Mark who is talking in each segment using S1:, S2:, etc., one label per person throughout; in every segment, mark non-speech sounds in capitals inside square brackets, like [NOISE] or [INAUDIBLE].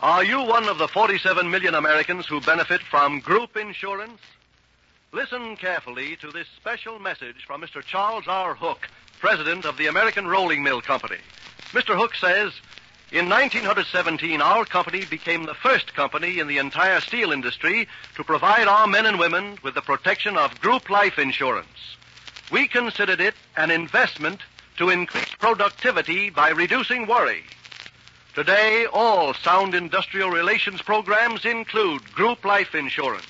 S1: Are you one of the 47 million Americans who benefit from group insurance? Listen carefully to this special message from Mr. Charles R. Hook, president of the American Rolling Mill Company. Mr. Hook says, in 1917, our company became the first company in the entire steel industry to provide our men and women with the protection of group life insurance. We considered it an investment to increase productivity by reducing worry. Today, all sound industrial relations programs include group life insurance.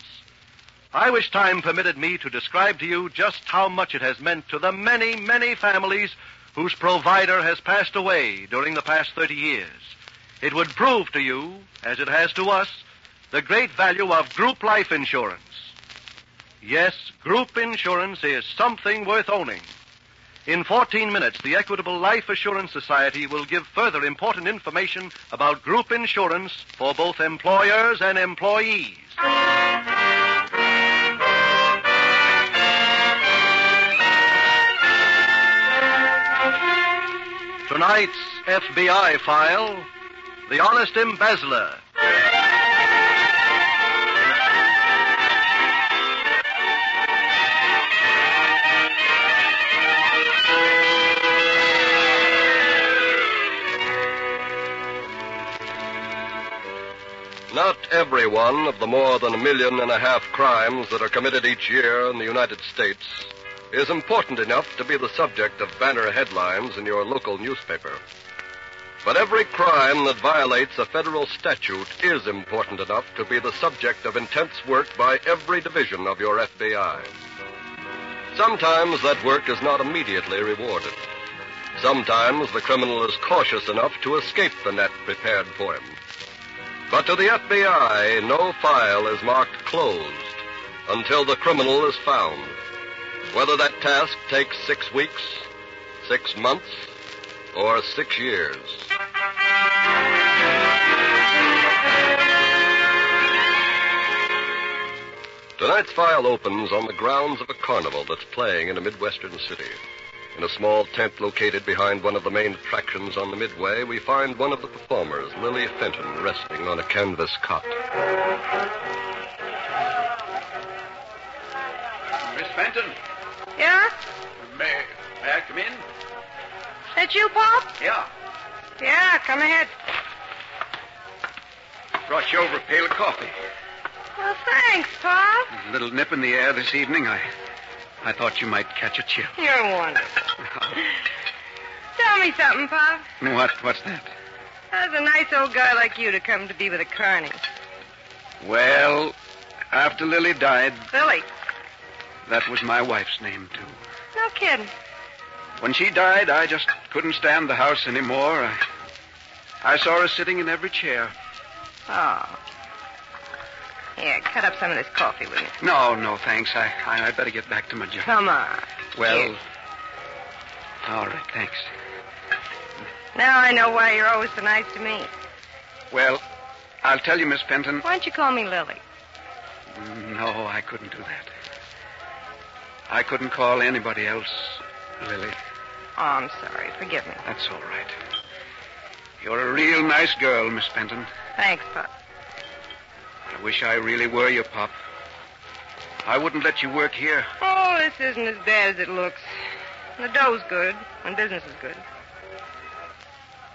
S1: I wish time permitted me to describe to you just how much it has meant to the many, many families whose provider has passed away during the past 30 years. It would prove to you, as it has to us, the great value of group life insurance. Yes, group insurance is something worth owning. In 14 minutes, the Equitable Life Assurance Society will give further important information about group insurance for both employers and employees. Tonight's FBI file The Honest Embezzler.
S2: Not every one of the more than a million and a half crimes that are committed each year in the United States is important enough to be the subject of banner headlines in your local newspaper. But every crime that violates a federal statute is important enough to be the subject of intense work by every division of your FBI. Sometimes that work is not immediately rewarded. Sometimes the criminal is cautious enough to escape the net prepared for him. But to the FBI, no file is marked closed until the criminal is found. Whether that task takes six weeks, six months, or six years. Tonight's file opens on the grounds of a carnival that's playing in a Midwestern city. In a small tent located behind one of the main attractions on the Midway, we find one of the performers, Lily Fenton, resting on a canvas cot.
S3: Miss Fenton,
S4: Yeah?
S3: may, may I come in?
S4: That you, Pop?
S3: Yeah.
S4: Yeah, come ahead.
S3: Brought you over a pail of coffee.
S4: Well, thanks, Pop.
S3: A little nip in the air this evening. I I thought you might catch a chill.
S1: [LAUGHS]
S4: You're wonderful. Tell me something, Pop.
S3: What? What's that?
S4: How's a nice old guy like you to come to be with a carny?
S3: Well, after Lily died,
S4: Billy.
S3: that was my wife's name, too.
S4: No kidding.
S3: When she died, I just couldn't stand the house anymore. I, I saw her sitting in every chair.
S4: Oh. Here, cut up some of this coffee with me.
S3: No, no, thanks. I, I, I'd better get back to my job.
S4: Come on.
S3: Well,
S4: Here.
S3: all right, thanks.
S4: Now I know why you're always so nice to me.
S3: Well, I'll tell you, Miss Fenton.
S4: Why don't you call me Lily?
S3: No, I couldn't do that. I couldn't call anybody else Lily.
S4: Oh, I'm sorry. Forgive me.
S3: That's all right. You're a real nice girl, Miss Fenton.
S4: Thanks, Pop.
S3: I wish I really were your pop. I wouldn't let you work here.
S4: Oh, this isn't as bad as it looks. The dough's good when business is good.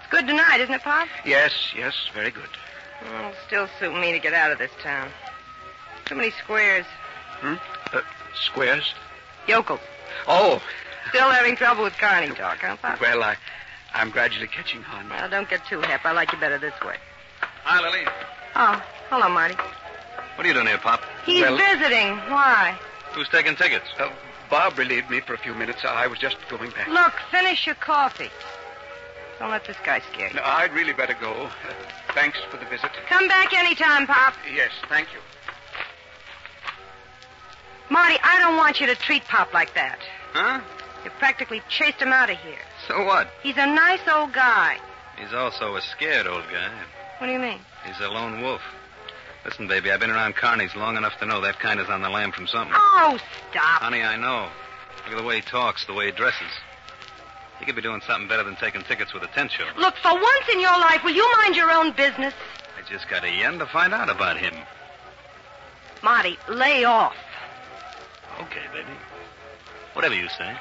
S4: It's good tonight, isn't it, Pop?
S3: Yes, yes, very good.
S4: Well, it'll Oh, still suit me to get out of this town. Too many squares.
S3: Hmm? Uh, squares?
S4: Yokel.
S3: Oh,
S4: Still having trouble with Carney talk, huh, Pop?
S3: well, I, I'm gradually catching on.
S4: Well, don't get too hep. I like you better this way.
S3: Hi, Lily.
S4: Oh, hello, Marty.
S5: What are you doing here, Pop?
S4: He's
S3: Well-
S4: visiting. Why?
S5: Who's taking tickets?
S3: Uh,
S6: Bob relieved me for a few minutes. I was just going back.
S4: Look, finish your coffee. Don't let this guy scare you.
S6: No, I'd really better go. Uh, thanks for the visit.
S4: Come back anytime, Pop.
S6: Yes, thank you.
S4: Marty, I don't want you to treat Pop like that.
S7: Huh?
S4: You practically chased him out of here.
S5: [LAUGHS]
S7: So what?
S4: He's a nice old guy.
S7: He's also a scared old guy.
S4: What do you mean?
S7: He's a lone wolf. Listen, baby, I've been around carnies long enough to know that kind is on the lam from something.
S4: Oh,
S3: Uh,
S4: stop.
S7: Honey, I know. Look at the way he talks, the way he dresses. He could be doing something better than taking tickets with a tent show.
S4: Look, for once in your life, will you mind your own business?
S7: I just got a yen to find out about him.
S4: Marty, lay off.
S7: Okay, baby. Whatever you say.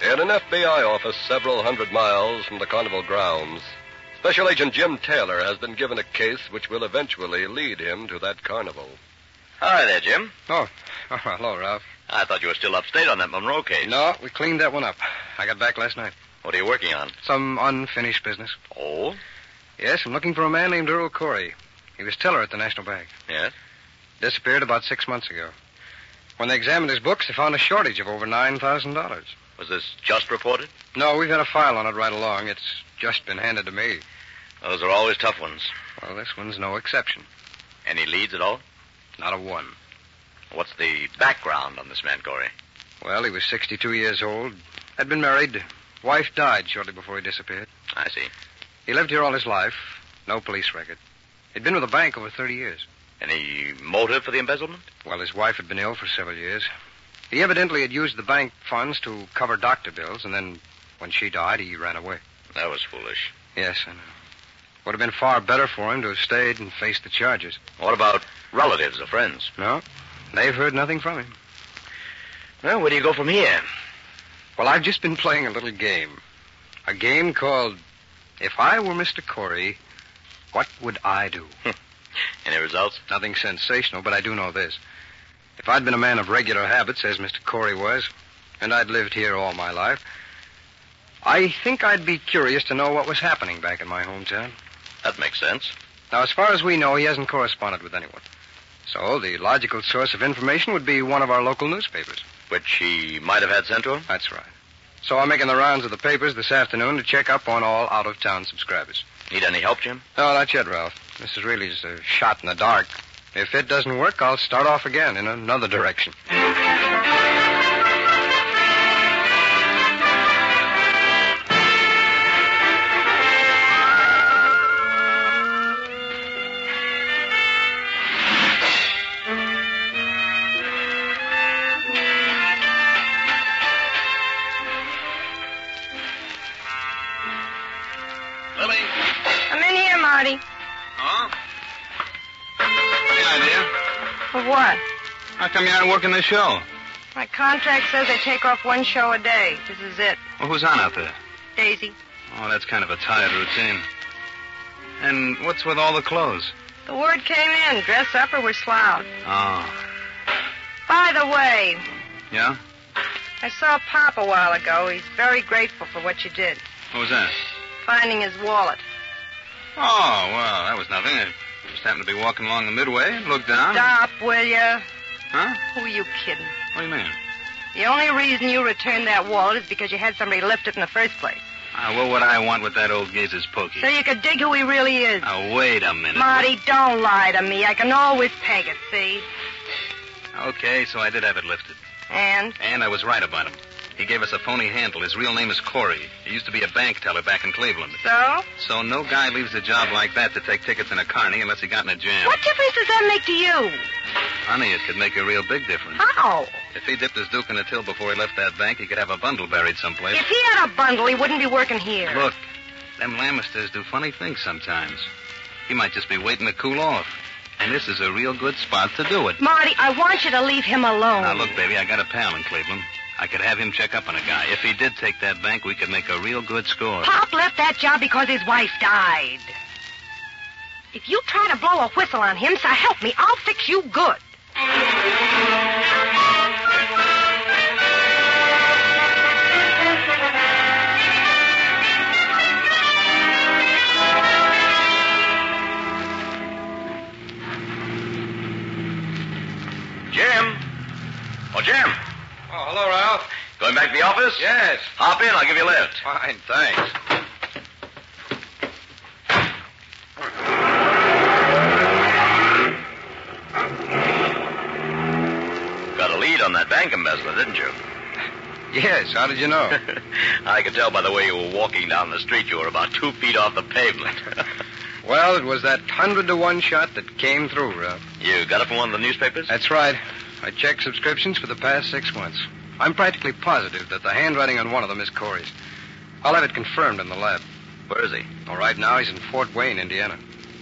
S1: In an FBI office several hundred miles from the carnival grounds, Special Agent Jim Taylor has been given a case which will eventually lead him to that carnival.
S8: Hi there, Jim.
S5: Oh, oh, hello, Ralph.
S8: I thought you were still upstate on that Monroe case.
S5: No, we cleaned that one up. I got back last night.
S8: What are you working on?
S5: Some unfinished business.
S8: Oh?
S5: Yes, I'm looking for a man named Earl Corey. He was teller at the National Bank.
S8: Yes?
S5: Disappeared about six months ago. When they examined his books, they found a shortage of over $9,000.
S8: Was this just reported?
S5: No, we've had a file on it right along. It's just been handed to me.
S8: Those are always tough ones.
S5: Well, this one's no exception.
S8: Any leads at all?
S5: Not a one.
S8: What's the background on this man, Corey?
S5: Well, he was 62 years old, had been married. Wife died shortly before he disappeared.
S8: I see.
S5: He lived here all his life, no police record. He'd been with the bank over 30 years.
S8: Any motive for the embezzlement?
S5: Well, his wife had been ill for several years. He evidently had used the bank funds to cover doctor bills, and then when she died, he ran away.
S8: That was foolish.
S5: Yes, I know. Would have been far better for him to have stayed and faced the charges.
S8: What about relatives or friends? [LAUGHS]
S5: No, they've heard nothing from him.
S8: Well, where do you go from here?
S5: Well, I've just been playing a little game. A game called If I Were Mr. Corey, What Would I Do?
S8: Any results?
S5: Nothing sensational, but I do know this. If I'd been a man of regular habits, as Mr. Corey was, and I'd lived here all my life, I think I'd be curious to know what was happening back in my hometown.
S8: That makes sense.
S5: Now, as far as we know, he hasn't corresponded with anyone. So the logical source of information would be one of our local newspapers.
S8: Which he might have had sent to him?
S5: That's right. So I'm making the rounds of the papers this afternoon to check up on all out of town subscribers.
S8: Need any help, Jim?
S5: Oh, that's it, Ralph. This is really just a shot in the dark. If it doesn't work, I'll start off again in another direction.
S7: Lily?
S4: I'm in here, Marty.
S7: Huh? Any idea?
S4: For what?
S7: How come you aren't working the show?
S4: My contract says I take off one show a day. This is it.
S7: Well, who's on out there?
S4: Daisy,
S7: Oh, that's kind of a tired routine. And what's with all the clothes?
S4: the word came in. Dress up or we're slouched.
S7: Oh,
S4: By the way,
S7: yeah?
S4: I saw Pop a while ago. He's very grateful for what you did,
S7: What was that?
S4: finding his wallet.
S7: Oh, well, that was nothing. I just happened to be walking along the midway and looked down.
S4: Stop, will you?
S7: Huh?
S4: Who are you kidding?
S7: What do you mean?
S4: The only reason you returned that wallet is because you had somebody lift it in the first place.
S7: Ah, what would I want with that old geezer's pokey?
S4: So you could dig who he really is.
S7: Now, wait a minute.
S4: Marty, don't lie to me. I can always peg it, see?
S7: Okay, so I did have it lifted.
S4: And?
S7: And I was right about him. He gave us a phony handle. His real name is Corey. He used to be a bank teller back in Cleveland.
S4: So?
S7: So no guy leaves a job like that to take tickets in a carny unless he got in a jam.
S4: What difference does that make to you?
S7: Honey, it could make a real big difference.
S4: How?
S7: If he dipped his duke in a till before he left that bank, he could have a bundle buried someplace.
S4: If he had a bundle, he wouldn't be working here.
S7: Look, them Lamisters do funny things sometimes. He might just be waiting to cool off. And this is a real good spot to do it.
S4: Marty, I want you to leave him alone.
S7: Now, look, baby, I got a pal in Cleveland. I could have him check up on a guy. If he did take that bank, we could make a real good score.
S4: Pop left that job because his wife died. If you try to blow a whistle on him, so help me, I'll fix you good.
S9: Oh, back to the office?
S5: Oh, Yes.
S9: Hop in, I'll give you a lift.
S5: Fine, thanks.
S9: Got a lead on that bank embezzler, didn't you?
S5: Yes, how did you know?
S9: [LAUGHS]
S7: [LAUGHS]
S9: I could tell by the way you were walking down the street you were about two feet off the pavement.
S5: [LAUGHS] well, it was that hundred to one shot that came through, Ralph.
S9: you got it from one of the newspapers?
S5: That's right. I checked subscriptions for the past six months. I'm practically positive that the handwriting on one of them is Corey's. I'll have it confirmed in the lab.
S9: Where is he?
S5: All right, now he's in Fort Wayne, Indiana.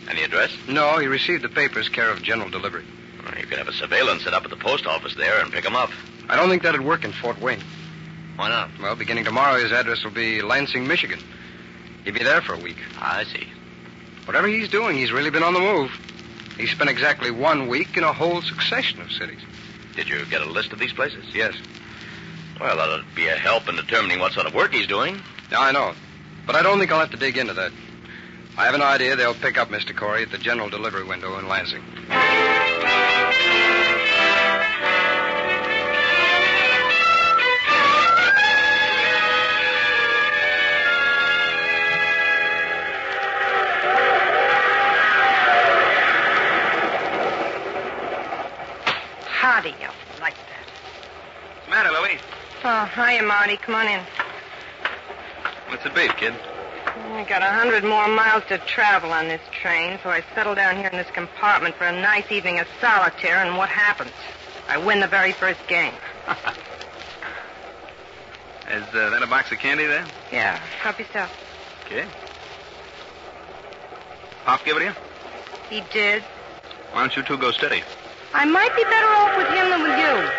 S9: Any address?
S5: No, he received the papers care of general delivery.
S9: Well, you could have a surveillance set up at the post office there and pick him up.
S5: I don't think that'd work in Fort Wayne.
S9: Why not?
S5: Well, beginning tomorrow, his address will be Lansing, Michigan. He'll be there for a week.
S9: Ah, I see.
S5: Whatever he's doing, he's really been on the move. He spent exactly one week in a whole succession of cities.
S9: Did you get a list of these places?
S5: Yes.
S9: Well, that'll be a help in determining what sort of work he's doing.
S5: Now, I know. But I don't think I'll have to dig into that. I have an idea they'll pick up Mr. Corey at the general delivery window in Lansing.
S4: How do you like that?
S7: What's the matter, Louie?
S4: Oh, hiya, Marty. Come on in.
S7: What's the beef, kid?
S4: I got a hundred more miles to travel on this train, so I settle down here in this compartment for a nice evening of solitaire, and what happens? I win the very first game.
S7: [LAUGHS] Is uh, that a box of candy there?
S4: Yeah. Help yourself.
S7: Okay. Pop give it to you?
S4: He did.
S7: Why don't you two go steady?
S4: I might be better off with him than with you.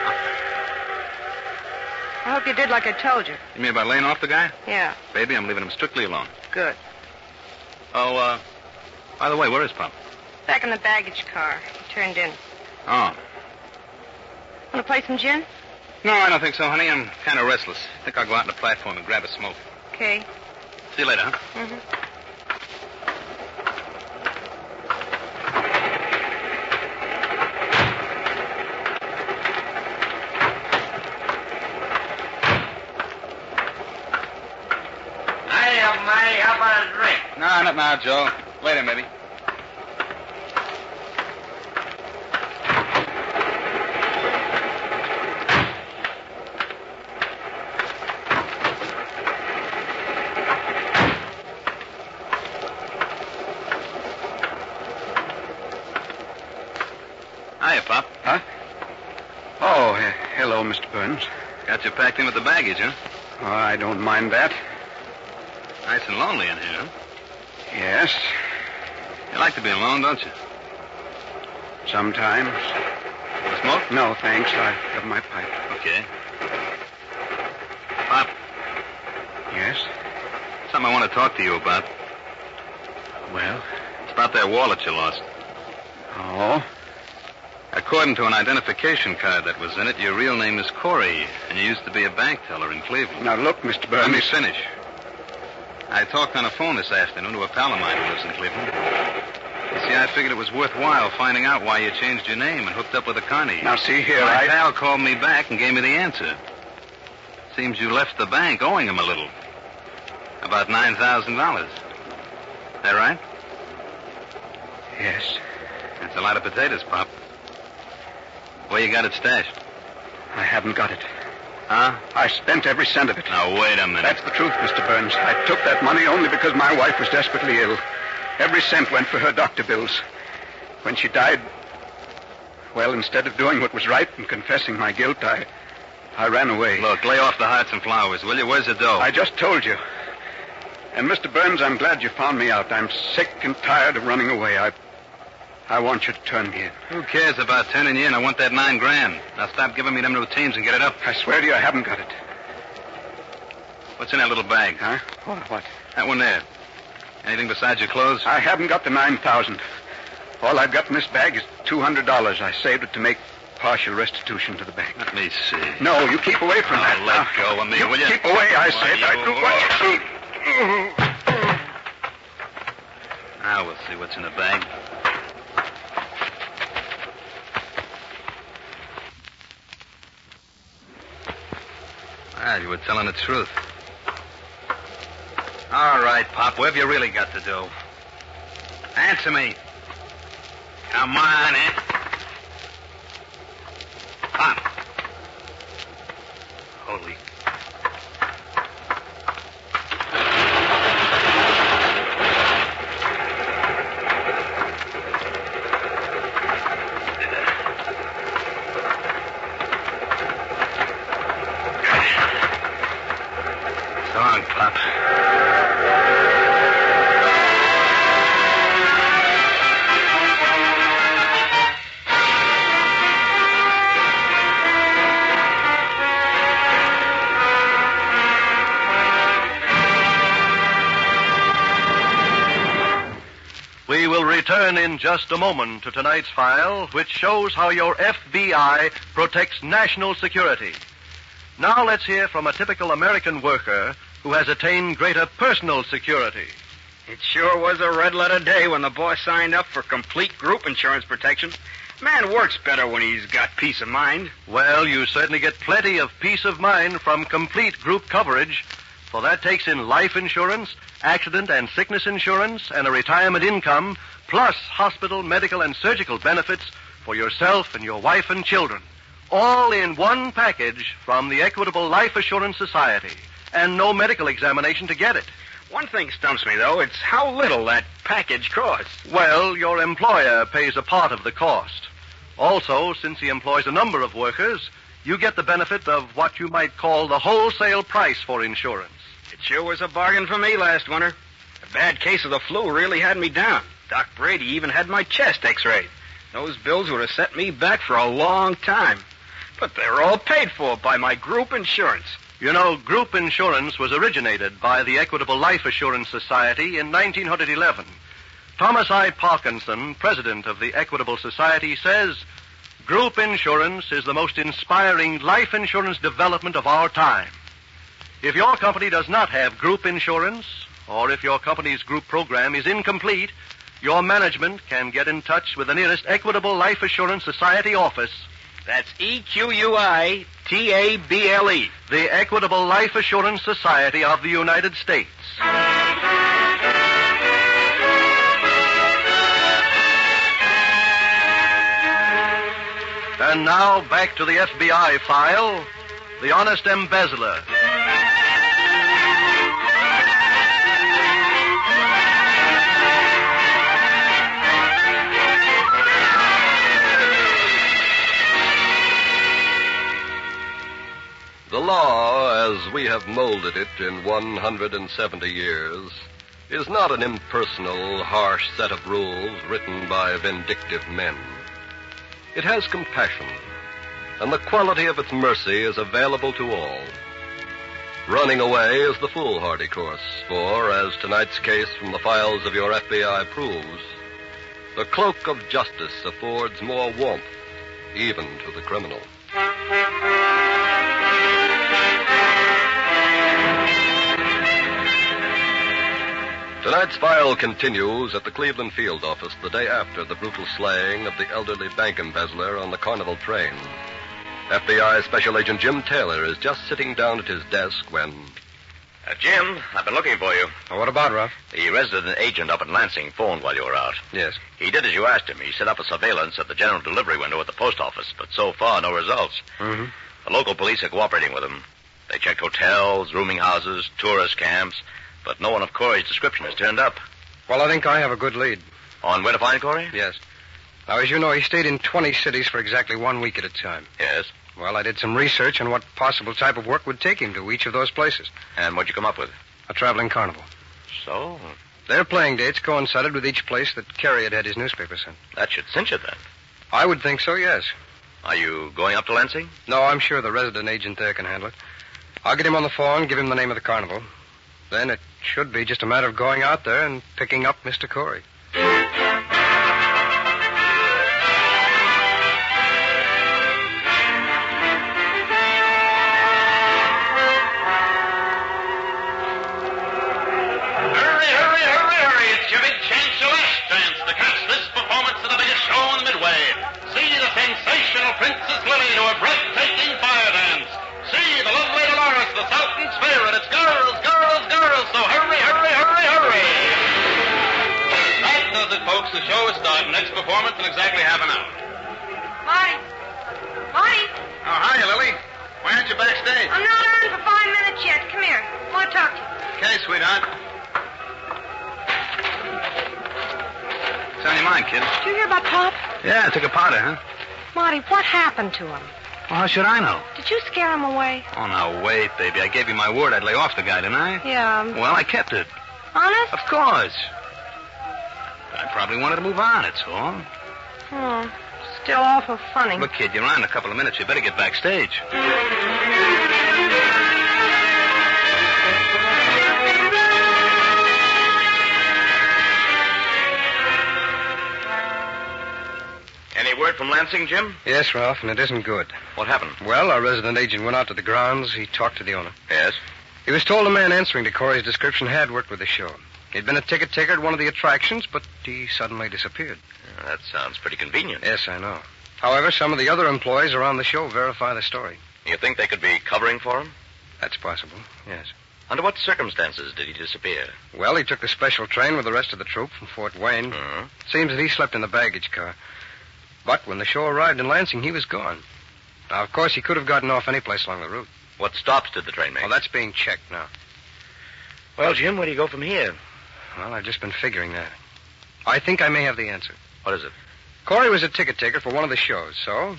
S4: I hope you did like I told you.
S7: You mean by laying off the guy?
S4: Yeah,
S7: Baby, I'm leaving him strictly alone.
S4: good.
S7: Oh, uh, by the way, where is Pop?
S4: Back in the baggage car. He turned in.
S7: Oh.
S4: Want to play some gin?
S7: No, I don't think so, honey. I'm kind of restless. I think I'll go out on the platform and grab a smoke.
S4: Okay.
S7: See you later, huh?
S4: Mm-hmm.
S9: Hiya, Marty. How about a drink?
S7: No, not now, Joe. Later, maybe. Hiya, Pop.
S10: Huh? Oh, he- hello, Mr. Burns.
S7: Got you packed in with the baggage, huh?
S10: Oh, I don't mind that.
S7: Nice and lonely in here, huh?
S10: Yes,
S7: You like to be alone, don't you?
S10: sometimes.
S7: Want a smoke?
S10: No, thanks. I have my pipe.
S7: Okay. Pop,
S10: Yes?
S7: something I want to talk to you about.
S10: Well?
S7: It's about that wallet you lost.
S10: Oh?
S7: According to an identification card that was in it, your real name is Corey, and you used to be a bank teller in Cleveland.
S10: Now, look, Mr. Burns.
S7: Let me finish. I talked on the phone this afternoon to a pal of mine who lives in Cleveland. You see, I figured it was worthwhile finding out why you changed your name and hooked up with a Connie.
S10: Now, see here,
S7: My
S10: I...
S7: pal called me back and gave me the answer. Seems you left the bank owing him a little. About $9,000. That right?
S10: Yes,
S7: That's a lot of potatoes, Pop. Where you got it stashed?
S10: I haven't got it.
S7: Huh?
S10: I spent every cent of it.
S7: Now, wait a minute.
S10: That's the truth, Mr. Burns. I took that money only because my wife was desperately ill. Every cent went for her doctor bills. When she died, well, instead of doing what was right and confessing my guilt, I, I ran away.
S7: Look, lay off the hearts and flowers, will you? Where's the dough?
S10: I just told you. And Mr. Burns, I'm glad you found me out. I'm sick and tired of running away. I, I want you to turn me in.
S7: Who cares about turning you in? I want that nine grand. Now stop giving me them routines and get it up.
S10: I swear to you, I haven't got it.
S7: What's in that little bag, huh?
S10: What? What?
S7: That one there. Anything besides your clothes?
S10: I haven't got the nine thousand. All I've got in this bag is two hundred dollars. I saved it to make partial restitution to the bank.
S7: Let me see.
S10: No, you keep away from
S7: Oh,
S10: that.
S7: let
S10: now.
S7: go of me,
S10: you
S7: will you?
S10: Keep away,
S7: Why,
S10: I said. I
S7: you-
S10: do what you...
S7: Now Oh, we'll see what's in the bag.
S5: Well, you were telling the truth. All right, Pop, what have you really got to do? Answer me. Come on, eh? Pop. Holy. So long, Pop.
S1: We will return in just a moment to tonight's file, which shows how your FBI protects national security. Now let's hear from a typical American worker who has attained greater personal security.
S11: It sure was a red letter day when the boss signed up for complete group insurance protection. Man works better when he's got peace of mind.
S1: Well, you certainly get plenty of peace of mind from complete group coverage, for that takes in life insurance, accident and sickness insurance, and a retirement income, plus hospital, medical, and surgical benefits for yourself and your wife and children. All in one package from the Equitable Life Assurance Society, and no medical examination to get it.
S11: One thing stumps me, though. It's how little that package costs.
S1: Well, your employer pays a part of the cost. Also, since he employs a number of workers, you get the benefit of what you might call the wholesale price for insurance.
S11: It sure was a bargain for me last winter. A bad case of the flu really had me down. Doc Brady even had my chest x-rayed. Those bills would have set me back for a long time. But they're all paid for by my group insurance.
S1: You know, group insurance was originated by the Equitable Life Assurance Society in 1911. Thomas I. Parkinson, president of the Equitable Society, says group insurance is the most inspiring life insurance development of our time. If your company does not have group insurance, or if your company's group program is incomplete, your management can get in touch with the nearest Equitable Life Assurance Society office
S11: That's
S5: E
S11: E-Q-U-I-T-A-B-L-E.
S1: the Equitable Life Assurance Society of the United States. And now back to the FBI file The Honest Embezzler.
S2: The law, as we have molded it in 170 years, is not an impersonal, harsh set of rules written by vindictive men. It has compassion, and the quality of its mercy is available to all. Running away is the foolhardy course, for, as tonight's case from the files of your FBI proves, the cloak of justice affords more warmth, even to the criminal. Tonight's file continues at the Cleveland field office the day after the brutal slaying of the elderly bank embezzler on the Carnival train. FBI Special Agent Jim Taylor is just sitting down at his desk when.
S7: Uh, Jim, I've been looking for you.
S10: Well, what about, Ralph?
S7: The resident agent up in Lansing phoned while you were out.
S10: Yes.
S7: He did as you asked him. He set up a surveillance at the general delivery window at the post office, but so far, no results.
S10: Mm-hmm.
S7: The local police are cooperating with him. They checked hotels, rooming houses, tourist camps, but no one of Corey's description has turned up.
S10: Well, I think I have a good lead.
S7: On where to find Corey?
S10: Yes. Now, as you know, he stayed in 20 cities for exactly one week at a time.
S7: Yes.
S10: Well, I did some research on what possible type of work would take him to each of those places.
S7: And what'd you come up with?
S10: A traveling carnival.
S7: So,
S10: Their playing dates coincided with each place that Carey had had his newspaper sent.
S7: that should cinch it then.
S10: I would think so, yes.
S7: Are you going up to Lansing?
S10: No, I'm sure the resident agent there can handle it. I'll get him on the phone, give him the name of the carnival. Then it should be just a matter of going out there and picking up Mr. Corey.
S12: Hurry, hurry, hurry, hurry. It's your big chance, your last chance to catch this performance of the biggest show in the Midway. See the sensational Princess Lily do a breathtaking fire dance. See the lovely Dolores, the Folks, the show is starting. Next performance in exactly half an hour.
S4: Marty! Marty!
S5: Oh, hiya, Lily. Why aren't you backstage?
S4: I'm not on for five minutes yet. Come here. I want to talk to you.
S5: Okay, sweetheart. What's on your mind, kid?
S4: Did you hear about Pop?
S5: Yeah, I took a powder, huh?
S4: Marty, what happened to him?
S5: Well, how should I know?
S4: Did you scare him away?
S5: Oh, now, wait, baby. I gave you my word I'd lay off the guy, didn't I?
S4: Yeah. um,
S5: Well, I kept it.
S4: Honest?
S5: Of course. I probably wanted to move on, it's all.
S4: Hmm. Still awful funny.
S5: Look, kid, you're on in a couple of minutes. You better get backstage.
S7: Any word from Lansing, Jim?
S10: Yes, Ralph, and it isn't good.
S7: What happened?
S10: Well, our resident agent went out to the grounds. He talked to the owner.
S7: Yes.
S10: He was told a man answering to Corey's description had worked with the show. He'd been a ticket taker at one of the attractions, but he suddenly disappeared.
S7: That sounds pretty convenient.
S10: Yes, I know. However, some of the other employees around the show verify the story.
S7: You think they could be covering for him?
S10: That's possible, yes.
S7: Under what circumstances did he disappear?
S10: Well, he took the special train with the rest of the troupe from Fort Wayne.
S7: Hmm.
S10: Seems that he slept in the baggage car. But when the show arrived in Lansing, he was gone. Now, of course, he could have gotten off any place along the route.
S7: What stops did the train make?
S10: Well, that's being checked now.
S7: Well, Jim, where do you go from here?
S10: Well, I've just been figuring that. I think I may have the answer.
S7: What is it?
S10: Corey was a ticket taker for one of the shows, so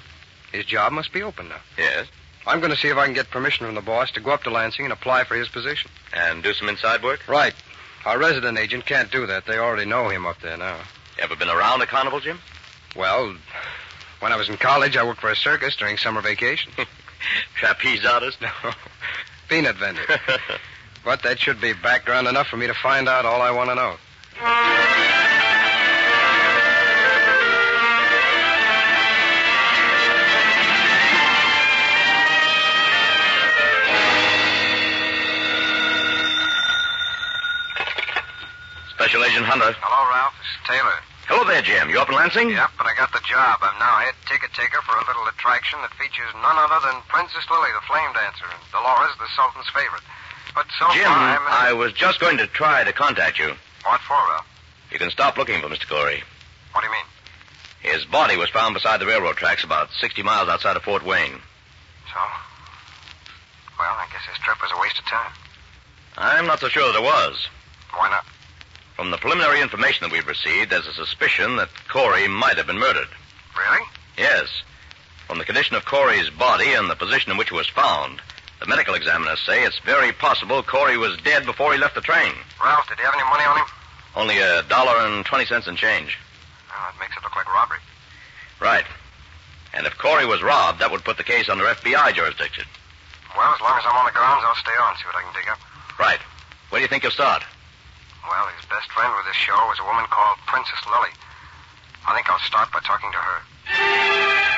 S10: his job must be open now.
S7: Yes.
S10: I'm going to see if I can get permission from the boss to go up to Lansing and apply for his position.
S7: And do some inside work?
S10: Right. Our resident agent can't do that. They already know him up there now.
S7: Ever been around a carnival, Jim?
S10: Well, when I was in college, I worked for a circus during summer vacation.
S7: [LAUGHS] Trapeze artist? [LAUGHS]
S10: No. Peanut vendor. but that should be background enough for me to find out all I want to know.
S7: Special Agent Hunter.
S10: Hello, Ralph. This is Taylor.
S7: Hello there, Jim. You up in Lansing?
S10: Yep, and I got the job. I'm now head ticket taker for a little attraction that features none other than Princess Lily, the flame dancer, and Dolores, the Sultan's favorite. But so
S7: Jim,
S10: far, I'm. in-
S7: I was just going to try to contact you.
S10: What for, Ralph?
S7: You can stop looking for Mr. Corey.
S10: What do you mean?
S7: His body was found beside the railroad tracks about 60 miles outside of Fort Wayne.
S10: So? Well, I guess this trip was a waste of time.
S7: I'm not so sure that it was.
S10: Why not?
S7: From the preliminary information that we've received, there's a suspicion that Corey might have been murdered.
S10: Really?
S7: Yes. From the condition of Corey's body and the position in which it was found, the medical examiners say it's very possible Corey was dead before he left the train.
S10: Ralph, did you have any money on him?
S7: Only a dollar and twenty cents in change.
S10: Well, that makes it look like robbery.
S7: Right. And if Corey was robbed, that would put the case under FBI jurisdiction.
S10: Well, as long as I'm on the grounds, I'll stay on, see what I can dig up.
S7: Right. Where do you think you'll start?
S10: Well, his best friend with this show was a woman called Princess Lily. I think I'll start by talking to her.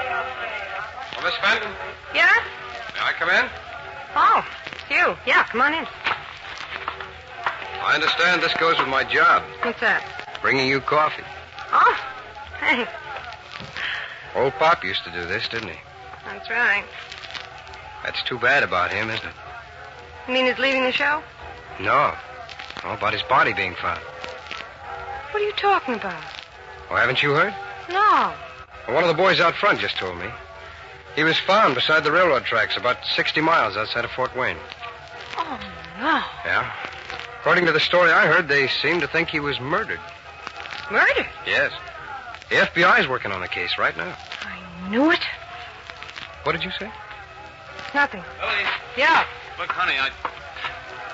S5: Well, Miss Fenton,
S4: Yes?
S5: may I come in?
S4: Oh, it's you. Yeah, come on in.
S10: I understand this goes with my job,
S4: What's that?
S10: bringing you coffee.
S4: Oh, thanks.
S10: Old Pop used to do this, didn't he?
S4: That's right.
S10: That's too bad about him, isn't it?
S4: You mean he's leaving the show?
S10: No. All about his body being found.
S4: What are you talking about?
S10: Oh, haven't you heard?
S4: No.
S10: Well, one of the boys out front just told me. He was found beside the railroad tracks about 60 miles outside of Fort Wayne.
S4: Oh, no.
S10: Yeah? According to the story I heard, they seem to think he was murdered.
S4: Murder?
S10: Yes. The FBI's working on the case right now.
S4: I knew it.
S10: What did you say?
S4: Nothing.
S5: Lily.
S4: Yeah.
S5: Look, honey, I.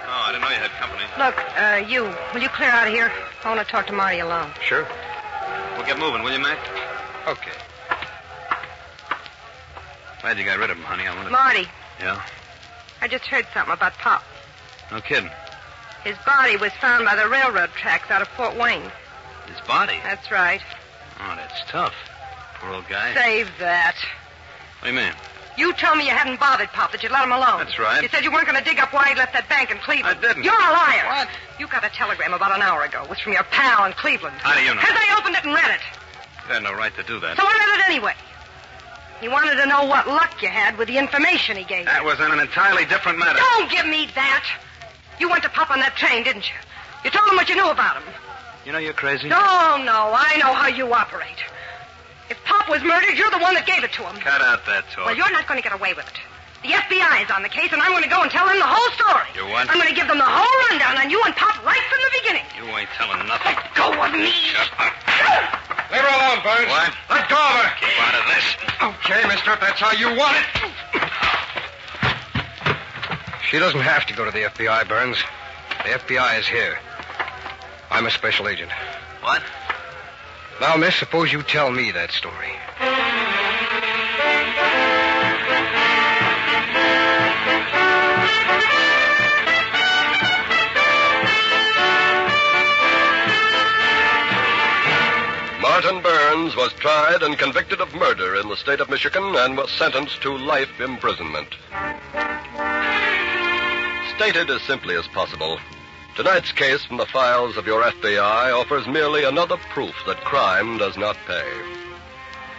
S5: Oh, I didn't know you had company.
S4: Look, uh, you, will you clear out of here? I want to talk to Marty alone.
S10: Sure.
S5: We'll get moving, will you, Mac?
S10: Okay.
S5: Glad you got rid of him, honey. I wanted.
S4: Marty,
S5: Yeah?
S4: I just heard something about Pop.
S5: No kidding.
S4: His body was found by the railroad tracks out of Fort Wayne.
S5: His body.
S4: That's right.
S5: Oh, that's tough. Poor old guy.
S4: Save that.
S5: What do you mean?
S4: You told me you hadn't bothered Pop, that you'd let him alone.
S5: That's right.
S4: You said you weren't going to dig up why he left that bank in Cleveland.
S5: I didn't.
S4: You're a liar.
S5: What?
S4: You got a telegram about an hour ago. It was from your pal in Cleveland.
S5: How do you know?
S4: Because I opened it and read it.
S5: You had no right to do that.
S4: So I read it anyway. He wanted to know what luck you had with the information he gave. you.
S5: That was on an entirely different matter.
S4: Don't give me that. You went to Pop on that train, didn't you? You told him what you knew about him.
S5: You know you're crazy.
S4: No, no, I know how you operate. If Pop was murdered, you're the one that gave it to him.
S5: Cut out that talk.
S4: Well, you're not going to get away with it. The FBI is on the case, and I'm going to go and tell them the whole story.
S5: You what?
S4: I'm going to give them the whole rundown on you and Pop right from the beginning.
S5: You ain't telling nothing.
S4: Let go of me.
S5: Shut up.
S3: Leave her alone, Burns.
S5: What?
S3: Let go of her.
S5: Keep out of this.
S3: Okay, mister, if that's how you want it.
S10: She doesn't have to go to the FBI, Burns. The FBI is here. I'm a special agent.
S5: What?
S10: Now, miss, suppose you tell me that story.
S2: Martin Burns was tried and convicted of murder in the state of Michigan and was sentenced to life imprisonment. Stated as simply as possible, tonight's case from the files of your FBI offers merely another proof that crime does not pay.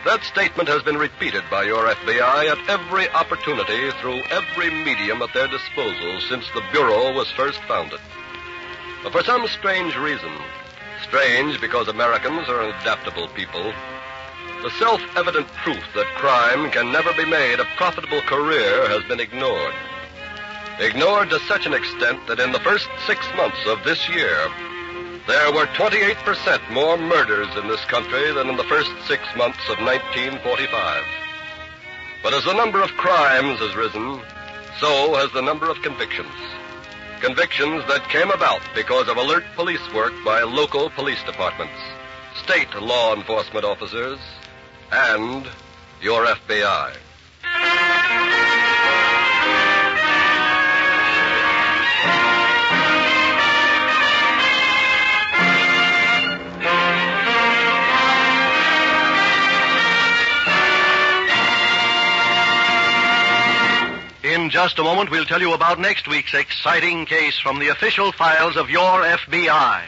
S2: That statement has been repeated by your FBI at every opportunity through every medium at their disposal since the Bureau was first founded. But for some strange reason, strange because Americans are an adaptable people, the self evident proof that crime can never be made a profitable career has been ignored. Ignored to such an extent that in the first six months of this year, there were 28% more murders in this country than in the first six months of 1945. But as the number of crimes has risen, so has the number of convictions. Convictions that came about because of alert police work by local police departments, state law enforcement officers, and your FBI.
S1: In just a moment, we'll tell you about next week's exciting case from the official files of your FBI.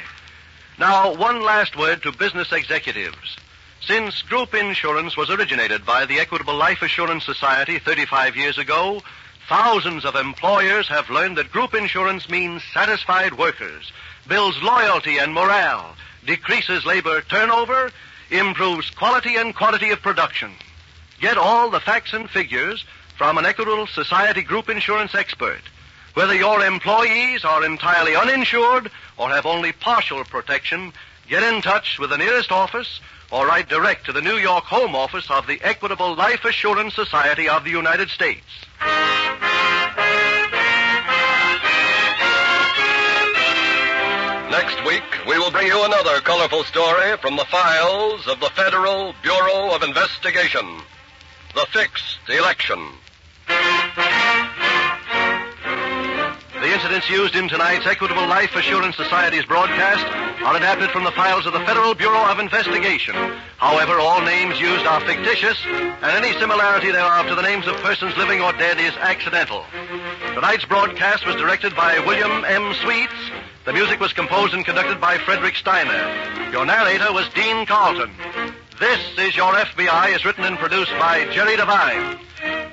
S1: Now, one last word to business executives. Since group insurance was originated by the Equitable Life Assurance Society 35 years ago, thousands of employers have learned that group insurance means satisfied workers, builds loyalty and morale, decreases labor turnover, improves quality and quantity of production. Get all the facts and figures from an Equitable Society Group insurance expert. Whether your employees are entirely uninsured or have only partial protection, get in touch with the nearest office or write direct to the New York Home Office of the Equitable Life Assurance Society of the United States.
S2: Next week, we will bring you another colorful story from the files of the Federal Bureau of Investigation. The fixed election.
S1: The incidents used in tonight's Equitable Life Assurance Society's broadcast are adapted from the files of the Federal Bureau of Investigation. However, all names used are fictitious, and any similarity thereof to the names of persons living or dead is accidental. Tonight's broadcast was directed by William M. Sweets. The music was composed and conducted by Frederick Steiner. Your narrator was Dean Carlton. This is Your FBI is written and produced by Jerry Devine.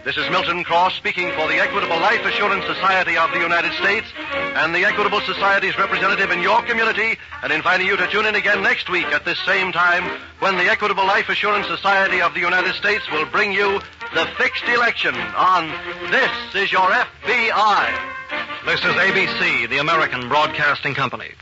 S1: This is Milton Cross speaking for the Equitable Life Assurance Society of the United States and the Equitable Society's representative in your community and inviting you to tune in again next week at this same time when the Equitable Life Assurance Society of the United States will bring you the fixed election on This is Your FBI.
S13: This is ABC, the American Broadcasting Company.